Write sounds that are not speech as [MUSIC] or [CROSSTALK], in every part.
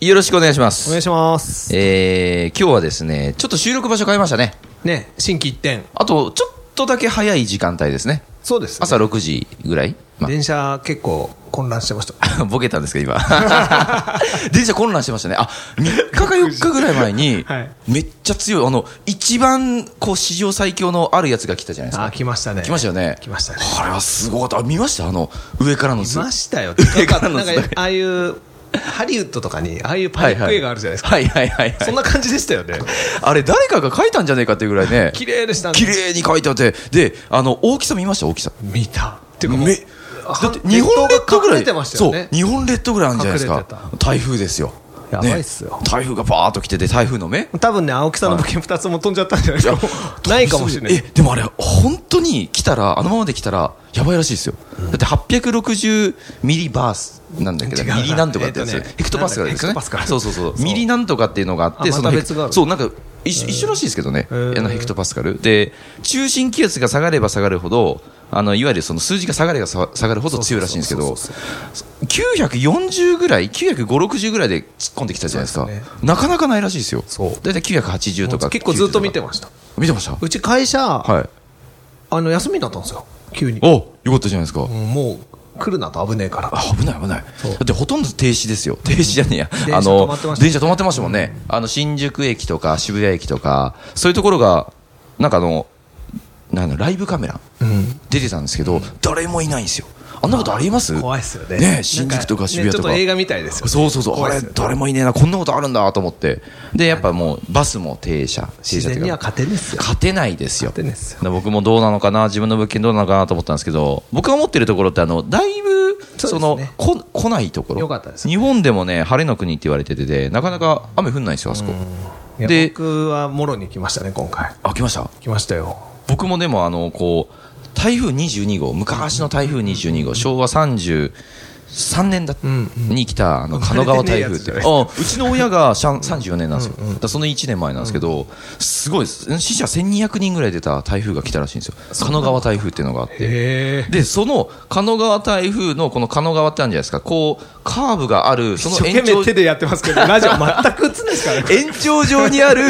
よろしくお願いしまお願いす。します。えー、今日はですね、ちょっと収録場所変えましたね。ね、新規一点。あと、ちょっとだけ早い時間帯ですね。そうです、朝6時ぐらい、ま電車結構混乱して [LAUGHS] ました。、あ、 [LAUGHS] ボケたんですけど、今。 [LAUGHS] 電車混乱してましたね。あ、3日か4日ぐらい前に [LAUGHS] はいめっちゃ強い、あの、一番、こう、史上最強のあるやつが来たじゃないですあ、か。来ましたね。来ましたよね。来ましたねあれはすごかった。あ見ましたあの、上からの来図。ました [LAUGHS] よ。上からのなん図か、だなんけかああいう、ハリウッドとかに、ああいうパニック映画あるじゃないですか。はいはいはいはい。そんな感じでしたよね。あれ、誰かが書いたんじゃねえかっていうぐらいね。綺麗でしたね。綺麗に書いてあって。で、あの、大きさ見ました大きさ。見た。っていうかもう、めだって日本列島ぐらい隠れてましたよねそう日本列島ぐらいあるんじゃないです隠れてか台風ですよやばいっすよね台風がバーッと来てて台風の目多分ね、青木さんの物件2つも飛んじゃったんじゃないですか。 [LAUGHS] ないかもしれない。えでもあれ本当に来たらあのままで来たらやばいらしいですよ、だって860ミリバースなんだけど違うなミリなんとかってやつ、えっとねヘクトパスカルですよなねんだっけヘクトパスカルそうそうそうミリなんとかっていうのがあってあそのヘまたク別があるそうなんか一緒一緒らしいですけどね、ーあのヘクトパスカルで中心気圧が下がれば下がるほどあのいわゆるその数字が下がれば下がるほど強いらしいんですけそどうそう940ぐらい95060ぐらいで突っ込んできたじゃないですかそうですなかなかないらしいですよそう大体980とか結構ずっと見てまました。す見てましたうち会社、はいあの、休みになったんですよ。急に。およかったじゃないですか、うんもう、来るなと危ねえから。あ危ない危ないだうってほとんど停止ですよ停止じゃねえや、電車あ止まってまのしたね電車止まってましたもんね、あの新宿駅とか渋谷駅とかそういうところがなんかあのなんだライブカメラ、ん出てたんですけど、誰もいないんですよあんなことあります怖いっすよね。ねえ新宿とか渋谷とかなんねちょっと映画みたいですよね。そうそうそう、怖あいっれすよね誰もいねえなこんなことあるんだと思ってでやっぱもうバスも停車停自車って然いうにかは勝てんですよ。勝てないですよ勝てないですよだから僕もどうなのかな自分の物件どうなのかなと思ったんですけど僕が思ってるところってあのだいぶそうですそねのこ来ないところよかったですね日本でもね晴れの国って言われててでなかなか雨降んないんですよあそこいやで僕はもろに来ましたね、今回。あ来ました来ましたよ。僕もでもあのこう台風22号昔の台風22号昭和33年だ、んに来たあの神奈川台 [LAUGHS] 風って生まれてねえやつじゃなあうちの親がシャン34年なんですよ、だからその1年前なんですけど、すごいです死者1200人ぐらい出た台風が来たらしいんですよ神奈川台風っていうのがあってへえ。でその神奈川台風のこの神奈川ってあるんじゃないですかこうカーブがあるそ一の生延懸長命手でやってますけど、ラジオ全く映んないですから [LAUGHS] ね。延長上にある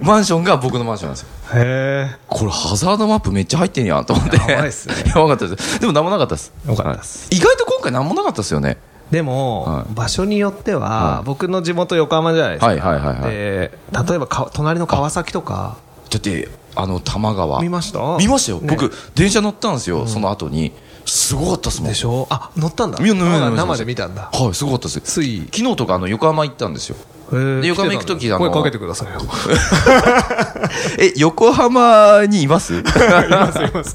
マンションが僕のマンションなんですよへこれハザードマップめっちゃ入ってんやんと思ってやばいっすねやばかったですでも何もなかったですえ。よかったです。意外と今回何もなかったですよねでも、はい場所によっては、はい僕の地元横浜じゃないですか。はいはいはいはいで、例えばか隣の川崎とか、だってあの多摩川見ました見ましたよ、ね僕電車乗ったんですよ、その後にすごかったっすもんでしょあ、乗ったんだ。見よ見よ見よあ見よ生で見たんだ。はいすごかったですつい、昨日とかあの横浜行ったんですよへーで横浜行く来て時たあんだの声かけてくださいよ。え横浜にいます [LAUGHS] いますいます。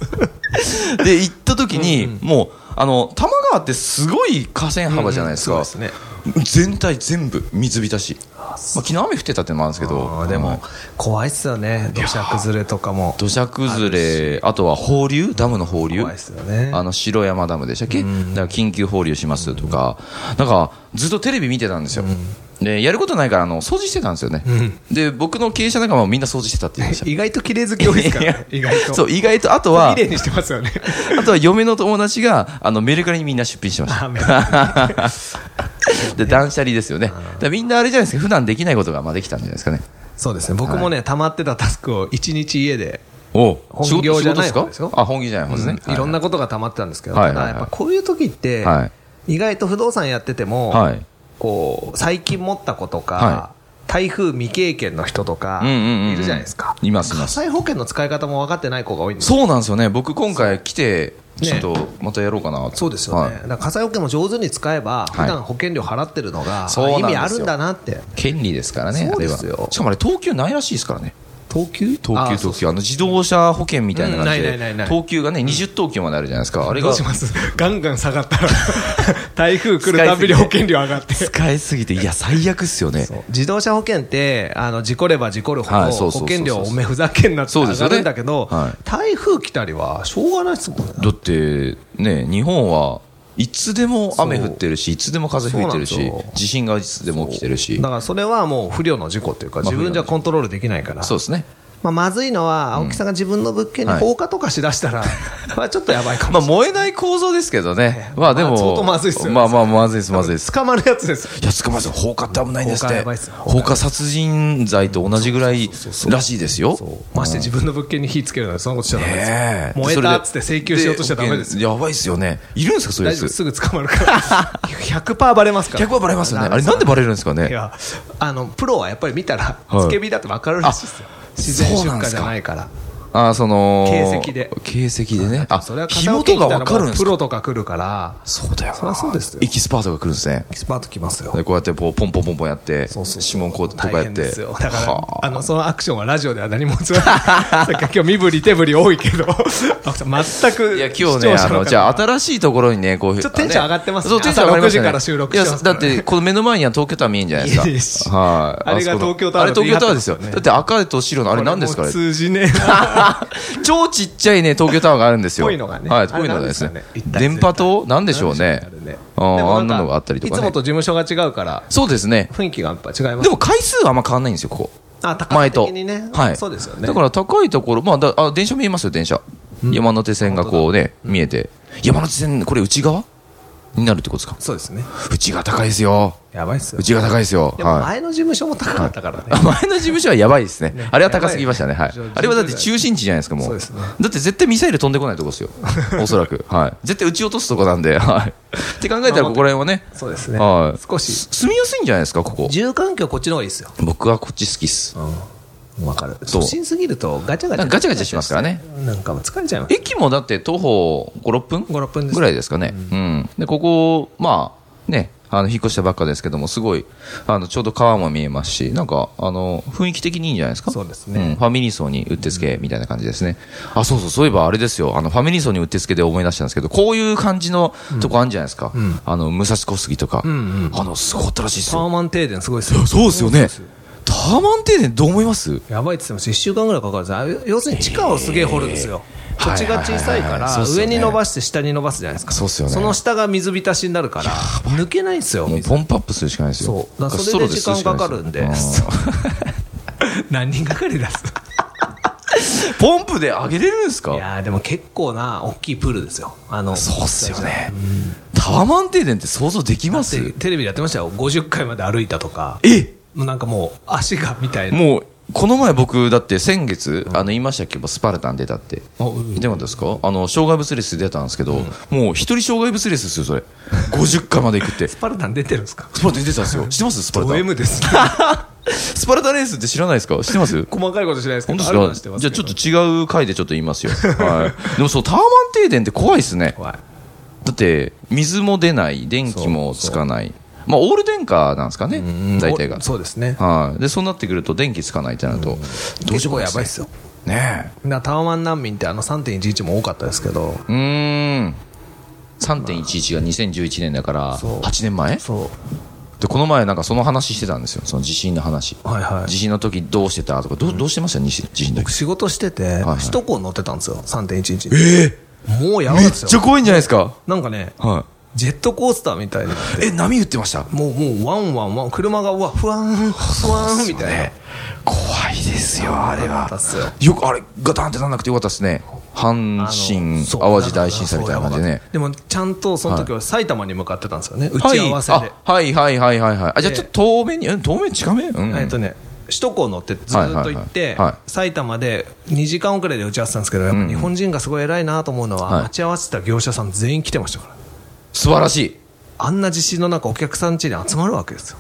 で行った時に、もうあの多摩川ってすごい河川幅じゃないですか、うんうんそうですね。全体全部水浸しまあ、昨日雨降ってたってのもあるんですけあどーではいも怖いっすよね土砂崩れとかも土砂崩れ、あとは放流、ダムの放流怖いっ、すよねあの白山ダムでしたっけ、だから緊急放流しますとか、なんかずっとテレビ見てたんですよ、でやることないからあの掃除してたんですよね、で僕の経営者仲間もみんな掃除してたって言いました。意外と綺麗好き多いですから [LAUGHS] ねい意や外とそう意外とあとは綺麗にしてます [LAUGHS] よねあとは嫁の友達があのメルカリにみんな出品してましたあメルカで断捨離ですよねだからみんなあれじゃないですか普段できないことがまあできたんじゃないですかねそうですね僕もね溜まってたタスクを一日家でお本業じゃない方ですよあ本業じゃない方ですね、いろんななことが溜まってたんですけどはいはたいはいだやっぱこういう時っては意外と不動産やっててもはいこう最近持った子とはか台風未経験の人とかうんうんうんうんいるじゃないですかいますいま火す災保険の使い方も分かってない子が多いんですよそうなんですよね、僕、今回来て、ねちょっとまたやろうかなとそうですよね、はだいから火災保険も上手に使えば、普段保険料払ってるのが、そうなん意です味よあるんだなって、権利ですからね、そうですあよれはしかもあれ、東京ないらしいですからね、等級等級あそ等う級あの自動車保険みたいな感じうんないないないなでい等級がね20等級まであるじゃないですかあれどがうします [LAUGHS] ガンガン下が [LAUGHS] ったら台風来るた使いすぎびにて保険料上がって使いすぎていや最悪っすよね自動車保険ってあの事故れば事故るほど、はいそうそうそうそう保険料おめえふざけんなってそう上ですよがねるんだけど、は台風来たりはしょうがないですもんねだってね日本はいつでも雨降ってるしいつでも風吹いてるそうしなんですよ地震がいつでも起きてるしだからそれはもう不慮の事故っていうかまあ自分じゃコントロールできないから、そうですねまあ、まずいのは青木さんが自分の物件にはい放火とかしだしたら、 [LAUGHS] まあちょっとやばいかまもあしれない、燃えない構造ですけどねまあでまもあ相当まずいっすよねまあまあまずいですまずいです捕まるやつですいや、捕まえますよ放火って危ないんですっ放火てやばいっすよ放火殺人罪と同じぐらいらしいですよ。まして自分の物件に火つけるなんてそんなことしちゃダメです、ねえ燃えたっつって請求しようとしちゃダメですでやばいっすよね。いるんですか、そういう大や丈夫つ。すぐ捕まるから100%バレますから100%バレますよね。あれ、なんでバレるんですかねい。やあのプロはやっぱり見たらはいつけ火だって分かるらしいですよあ自然そう出なんで火すじかゃないからあー、その。形跡で形跡でね。あ、それは火元がわかるんですプかロとか来るからそうだよな。そりゃそうですよエキスパートが来るんですね。エキスパート来ますよでこうやって、こう、ポンポンポンポンやって、そうそう指紋こうとか大やっ変て。ですよだかはらああのそのアクションはラジオでは何もつらない [LAUGHS] さっきから今日身振り手振り多いけど [LAUGHS] あ全くいや、視今聴日ね、あ者のの、じゃあ、方新しいところにね、こう、ちょっとテンション上がってますねそう、テンション上がりました、ね。朝6時から収録してますいかや、らだって、この目の前には東京タワー見えんじゃないいいでですすか。はい。あれがそこの東京タワーあれだと東京タワーですよ。言い張だって、赤と白のあれ何ですかこあれもれう通じねえな [LAUGHS] 超ちっちゃいね、東京タワーがあるんですよ。ぽいのがねはい、ぽいのがですあれねなんです。かね電波塔なんでしょうねなんでしょうね。あでーもあんかなのがあったりといかつもね。と事務所が違うからそうですね。雰囲気がやっぱ違いますでも回数はあんま変わんないんですよ、ここ。あ高前さと的にね。はい。そうですよねだから高いところ、まあ、だあ電車見えますよ、電車。山手線がこうね、見えて。山手線、これ内側になるってことですかそうですね内が高いですよ。やばいっすよ内が高いですよ。でもはい。前の事務所も高かったからね、 [LAUGHS] 前の事務所はやばいですね。あれは高すぎましたね。やばはいい。あれはだって中心地じゃないですか、もう。そうですねだって絶対ミサイル飛んでこないとこ [LAUGHS] ですよ。おそらく。はい。絶対撃ち落とすとこなんで。 [LAUGHS] はい。って考えたら、ここら辺はね。そうですねはい。少しす住みやすいんじゃないですか、ここ。住環境こっちの方がいいですよ僕はこっち好きっす。わかるそう都心すぎるとガチャガチなャんかガチャガチャしますからね。なんかもう疲れちゃいます駅もだって徒歩5、6分56分ですぐらいですかね。うん。で、ここ、まあ、ね、あの、引っ越したばっかですけども、すごい、あの、ちょうど川も見えますし、なんか、あの、雰囲気的にいいんじゃないですか。そうですねんファミリー層にうってつけ、みたいな感じですね。あ、そうそう、そういえばあれですよ。あの、ファミリー層にうってつけで思い出したんですけど、こういう感じのとこあるんじゃないですか。あの、武蔵小杉とか。あの、すごかったらしいですタよ。ワマン停電すごいですよそうですよね。タワマン停電どう思いますやばいって言っても1週間ぐらいかかるんですよあ要するに地下をすげえ掘るんですよへー土地が小さはいはいいかはいはいらそうっすよ上ねに伸ばして下に伸ばすじゃないですかそうっすよねその下が水浸しになるから抜けないんですよもう [LAUGHS] 水ポンプアップするしかないですよそ。うだからそれで時間かかるんでストローで吸うしかないですよ何人がかりだすポンプで上げれるんですいかやーでも結構な大きいプールですよあのそうっすよね。タワマン停電って想像できまですテレビでやってましたよ50回まで歩いたとかえもうなんかもう足がみたいなもう、この前僕、だって先月、あの、言いましたけど、スパルタン出たって。あうんでもですかあの、障害物レース出たんですけど、もう一人障害物レースですよ、 [LAUGHS] それ。50回まで行くって。ススパルタン出てるんですかパルタン出てたん [LAUGHS] ですよ。知ってますスパルタン。[LAUGHS] OM ですねスパルタレースって知らないですか知ってます細かいことしないですけ本ど当 [LAUGHS] あるのはで知すてかますじゃけあどちょっと違う回でちょっと言いますよ。はい。でもそう、タワマン停電って怖いですね。怖いだって水も出ない電気もつかないまあオール電化なんですかね大体がおそうですねはいでそうなってくると電気つかないってなるとどうし結ようも構なやいばいでっすすよねねえなタワマン難民ってあの3.11も多かったですけどうーん3.11が2011年だからそう8年前そでこの前なんかその話してたんですよその地震の話うはいはい地震の時どうしてたとかどうどうしてましたにし地震の僕時仕事してて、はい首都高乗ってたんですよ3.11ええもうやばいめっっすちゃよ怖いんじゃないですかなんかねはジェットコースターみたいになっていえ波打ってましたもうもうワンワンワン車がうわふわーんふわーんみたいな怖いですよあれあはったっすよよくあれガタンってなんなくてよかったですね阪あの神そう淡路大震災みたいな感じでねそうでもちゃんとその時は埼玉に向かってたんですよね、打ち合わせで、はいあはいはいはいはいはいあじゃあでちょっと遠目にうん遠目近めうんえっとね首都高乗ってずーっと行って、はいはいはいはい埼玉で2時間遅れで打ち合わせたんですけどやっぱ日本人がすごい偉いなと思うのは、はい待ち合わせた業者さん全員来てましたから素晴らしいあんな地震の中お客さん家に集まるわけですよ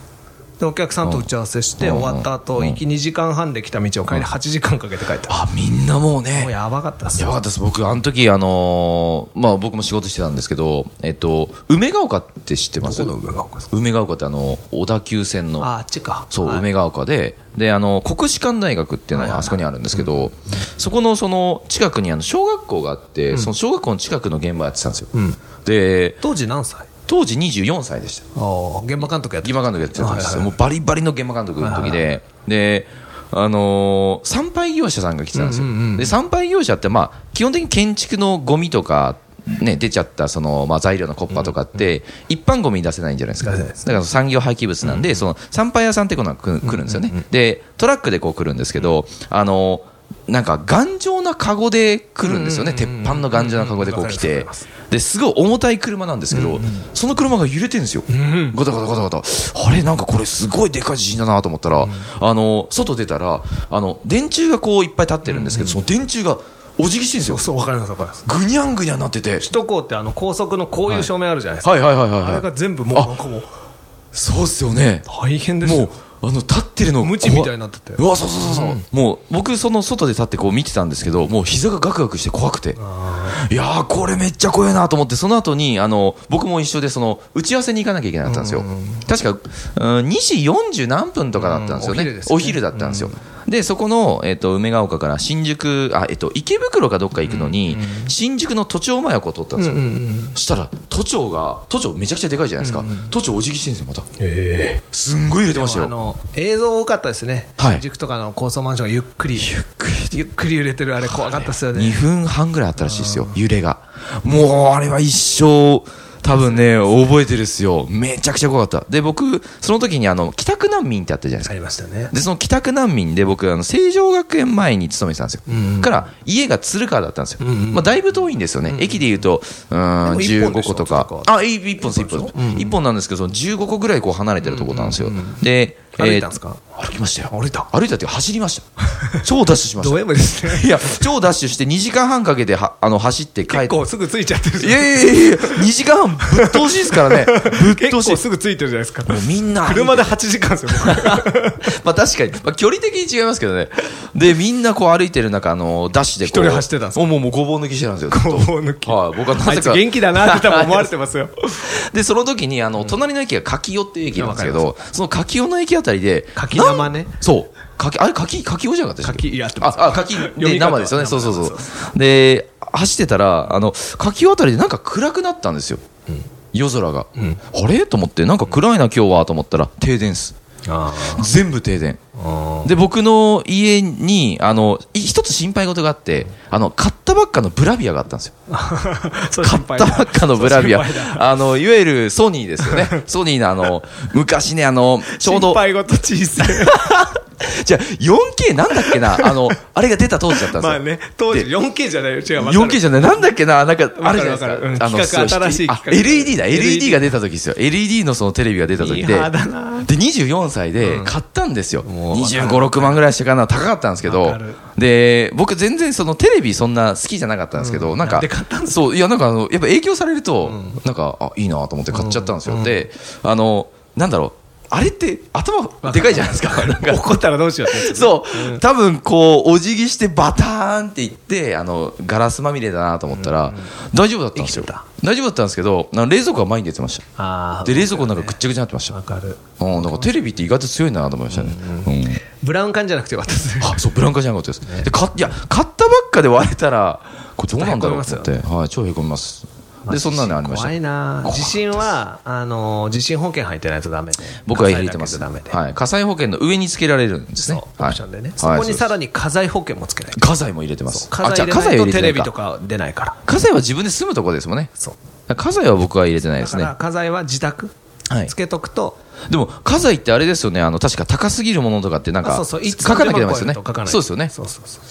ででお客さんと打ち合わせしてうん終わった後、うん行き2時間半で来た道を帰り8時間かけて帰った。あ、みんなもうもうね。やばかったっすやばかったです。僕、あの時、あのーまあ僕も仕事してたんですけど、えっと、梅ヶ丘って知ってますどこの梅ヶ丘です梅ヶ丘ってあの、小田急線の。あ、あっちか。そう、はい梅ヶ丘で、で、あの、国士舘大学っていうのがあそこにあるんですけど、そこのその近くにあの小学校があって、その小学校の近くの現場やってたんですよ。んで、当時何歳当時24歳でした。ああ、現場監督やって現場監督やってたんですよ。はいはいはいもうバリバリの現場監督の時で、で、あのー参拝業者さんが来てたんですよ。うんうんうんで、参拝業者って、まあ、基本的に建築のゴミとか、ね、出ちゃったその、まあ、材料のコッパとかって、一般ゴミに出せないんじゃないですか。出せないだでからその産業廃棄物なんで、その参拝屋さんってこうのが来来るんですよね。で、トラックでこう来るんですけど、あのーなんか頑丈なカゴで来るんですよね、うんうんうんうん鉄板の頑丈なカゴでこう来わかてりますわかりですごい重たい車なんですけど、その車が揺れてるんですよ、んガタガタガタガタ、あれ、なんかこれ、すごいでかい地震だなと思ったら、あの外出たらあの、電柱がこういっぱい立ってるんですけど、その電柱がお辞儀してるんですよ、そう、わかりますわかります。ぐにゃんぐにゃんなってて、首都高ってあの高速のこういう照明あるじゃないですか。はいはいはいあれはい、はがい、全部もうあなんかもうそうっすよね、大変ですもよう。あの立ってるの、無知みたいになっててうわ、そうそうそうそう、もう僕、その外で立ってこう見てたんですけど、もう膝がガクガクして怖くて。いやーこれめっちゃ怖いなと思ってその後にあの僕も一緒でその打ち合わせに行かなきゃいけなかったんですよ、確か、うん、2時40何分とかだったんですよね,、うんお昼ですねだったんですよ、でそこの、えっと梅ヶ丘から新宿あ、えっと池袋かどっか行くのに、新宿の都庁前をこう通ったんですよ、そしたら都庁が都庁めちゃくちゃでかいじゃないですか、都庁お辞儀してるんですよまたえすんごい揺れてましたあよの映像多かったですね、はい新宿とかの高層マンションがゆっくり、ゆっくり揺れてる、あれ、怖かったですよ2ね、分半ぐらいあったらしいですよ、揺れが。もう、あれは一生、多分ね、覚えてるっすよ。めちゃくちゃ怖かった。で、僕、その時に、あの、帰宅難民ってあったじゃないですあか。りましたね、で、その帰宅難民で、僕、あの、成城学園前に勤めてたんですよ。から、家が鶴川だったんですよ。まあ、だいぶ遠いんですよね。駅で言うと、うーん、でも一本で15し個ょとか鶴。川あ、い一本です、一本です。一本なんですけど、その15個ぐらいこう離れてるとこなんですよ。で、えー歩いたんですか歩きましたよ。歩いた歩いたっていうか走りま [LAUGHS] した。超ダッシュしましたド。M ですね、いや、超ダッシュして2時間半かけてはあの走って帰っ [LAUGHS] 結て。構すぐついちゃってるいやいやいやいや、2時間半ぶっ通しですから [LAUGHS] ね。ぶっ結通構し。すぐついてるじゃないですか、もうみんな。車で8時間ですよ、 [LAUGHS] まあ確かに。まあ距離的に違いますけどね。で、みんなこう歩いてる中、あの、ダッシュでこう。一人走ってたんですもうもうもうごぼう抜きして [LAUGHS] たんですよ。ずっとごぼう抜きはい、僕はなあぜいつか。元気だなって多分思われてますよ、で、その時に、あの、隣の駅が柿尾っていう駅なんですけわど、その柿尾の駅あたりで、柿生ねなんそう。柿、あれ柿、柿尾じゃなかったでし [LAUGHS] 柿たいや合ってますあ、あ、柿、読でみ方生はですよね。そうそう生そう。で、走ってたら、あの、柿尾あたりでなんか暗くなったんですよ。夜空が。あれと思って、なんか暗いな今日はと思ったら、停電っす。全部停電。で、僕の家に、あの、い一つ心配事があって、あの、買ったばっかのブラビアがあったんですよ。そう買心っ配たばっかのブラビアそう心配だ。あの、いわゆるソニーです [LAUGHS] よね。ソニーのあの、昔ね、あの、ちょう心ど、配事小さい、じゃあ 4K なんだっけな、あの、あれが出た当時だったんですよ。 [LAUGHS] まあね、当時、で 4K じゃないよ、違う、分かる 4K じゃない、なんだっけな、なんか、あれじゃないですかわかるわかるうん。あの企画新しいあ企画 LED だ、LED LED が出た時ですよ。LED のそのテレビが出た時で。いいで、派だな24歳で買ったんですよ。もうわかる25、6万ぐらいしたかな、高かったんですけわどかる。で、僕全然そのテレビそんな好きじゃなかったんですけど、なんなかんで買ったんで、そう、いや、なんかあの、やっぱ影響されると、なんか、あ、いいなと思って買っちゃったんですよ。で、あの、なんだろう、あれって頭でかいじゃないですか。なんか [LAUGHS] 怒ったらどうしようっ [LAUGHS] て。そう、多分こう、お辞儀してバターンっていって、あの、ガラスまみれだなと思ったら、大丈夫だったんですよ生きてた。大丈夫だったんですけど、あの冷蔵庫が前に出てました。 [LAUGHS] あで、冷蔵庫の中ぐっちゃぐちゃになってました。わかる。うん、だからテレビって意外と強いなと思いましたね。うんブラウン管じゃなくてよかったですね。あ、そう、ブランカじゃなかったです。で、か、いや、買ったばっかで割れたら、これどうなんだろうと思って、はい、超へこみます。で、そんなのありました怖。いな地震は、あの、地震保険入ってないとダメで。僕は入れてます。火災だけじゃダメで。はい、火災保険の上につけられるんですね。オはプいションでね。。そはいこにさららに火災保険もつけない。火災も入れてます。火あじゃ災あ入れないはとてテないレかビとか出ないから。火災は自分で住むところですもんね。そう。家財は僕は入れてないでだすかねら。火災は自宅はいつけとくと、でも家財ってあれですよね。あの確か高すぎるものとかってなんあかそうそう、いつ書かなきゃダメですよねでもこういうの書かな。いそうですよね。そうそうそ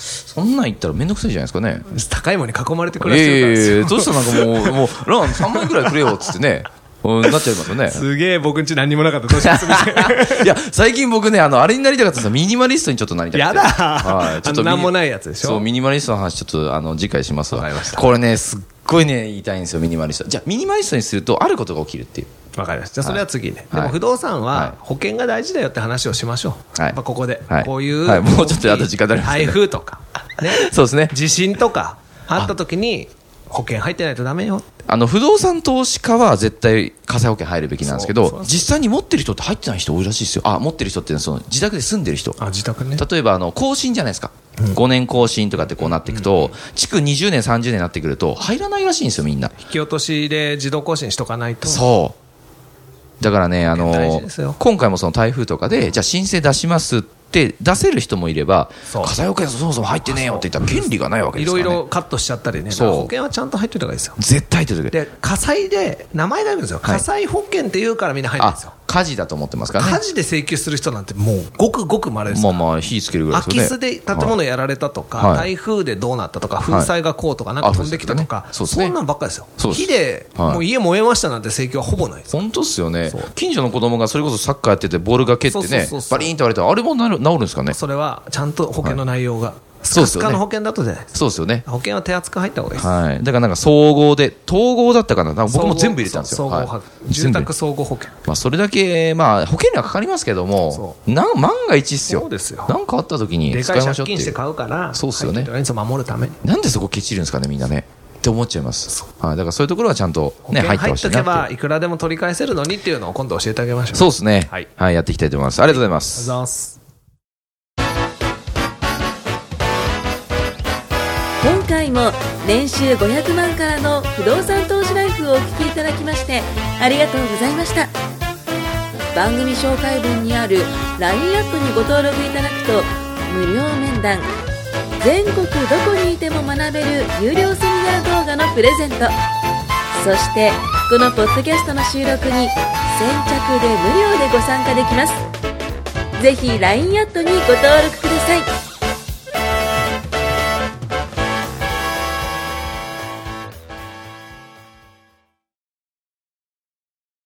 う。そんなん言ったらめんどくさいじゃないですかね。高いものに囲まれてい暮やらいしてやるからですいよやどうしたらなんかもうもうラン3万円くらいくれよっつってね。うんなっちゃいますよ [LAUGHS] ね。すげえ僕んち何にもなかった。どう [LAUGHS] しますみたいないや最近僕ねあのあれになりたかったんですよミニマリストにちょっとなりたくてやだはいちょっとミニあのなんもないやつでしょそうミニマリストの話ちょっとあの次回しますわわかりましたこれねすっごいね言いたいんですよミニマリストじゃあミニマリストにするとあることが起きるっていうわかりました。じゃあそれは次ね。はいでも不動産はいは保険が大事だよって話をしましょう。はいやっぱここで、はいこういう、はいもうちょっとあと時間足りません台ね風とか、ね、そうですね地震とかあった時に保険入ってないとダメよって。あの不動産投資家は絶対火災保険入るべきなんですけそうそうどそう実際に持ってる人って入ってない人多いらしいですよあ持ってる人っていうのはその自宅で住んでる人あ、自宅ね。例えばあの更新じゃないですか、5年更新とかってこうなっていくと、築20年、30年になってくると、入らないらしいんですよ、みんな。引き落としで自動更新しとかないと。そうだからね、あ大事のですよ今回もその台風とかで、じゃあ申請出しますって出せる人もいれば、そう火災保険そもそも入ってねえよって言ったら、権利がないわけでいすかろいら、ねろ、カットしちゃったりね。だそかうら保険はちゃんと入っといた方がいいですよ。絶対入ってるで、火災で、名前があるんですよ。はい火災保険って言うからみんな入るんあですよ。火事だと思ってますからね火、事で請求する人なんてもうごくごく稀ですまかあらまあ、火つけるぐらい空ですきよね。巣で建物やられたとか、はい台風でどうなったとか、粉災がこうとか、なんか飛んできたとか、あそそうですねそうですねんなんばっかですよ、そうです火で、はいもう家燃えましたなんて請求はほぼないです、本当っすよねそう、近所の子供がそれこそサッカーやってて、ボールが蹴ってそうそうねそう、そバうリーンと割れたら、あれもなる治るんですかね、それはちゃんと保険の内容が、スそうでカすスよねカの保険だとじゃないです、そうですよね、保険は手厚く入った方がいいです。はい、だからなんか総合で、統合だったかな、なんか僕も総合全部入れたんですそよ、う総合は保険い、住全部宅総合保険、まあ、それだけ、まあ、保険料はかかりますけどもそ、なん万が一っすよ、そうですよなんかあった時にで使かいいましょ借うってい金してう、買うから、そうっすよね入ってるやつを守るために、なんでそこケチるんですかね、みんなね。って思っちゃいます、はい、だからそういうところはちゃんと、保ね、入険って入ほっしいとなけっば、ていういくらでも取り返せるのにっていうのを今度教えてあげましょう。そうですね、ははいいやっていきたいと思います。ありがとうございますありがとうございます今回も年収500万からの不動産投資ライフをお聞きいただきましてありがとうございました番組紹介文にある LINE アップにご登録いただくと無料面談全国どこにいても学べる有料セミナー動画のプレゼントそしてこのポッドキャストの収録に先着で無料でご参加できますぜひ LINE アットにご登録ください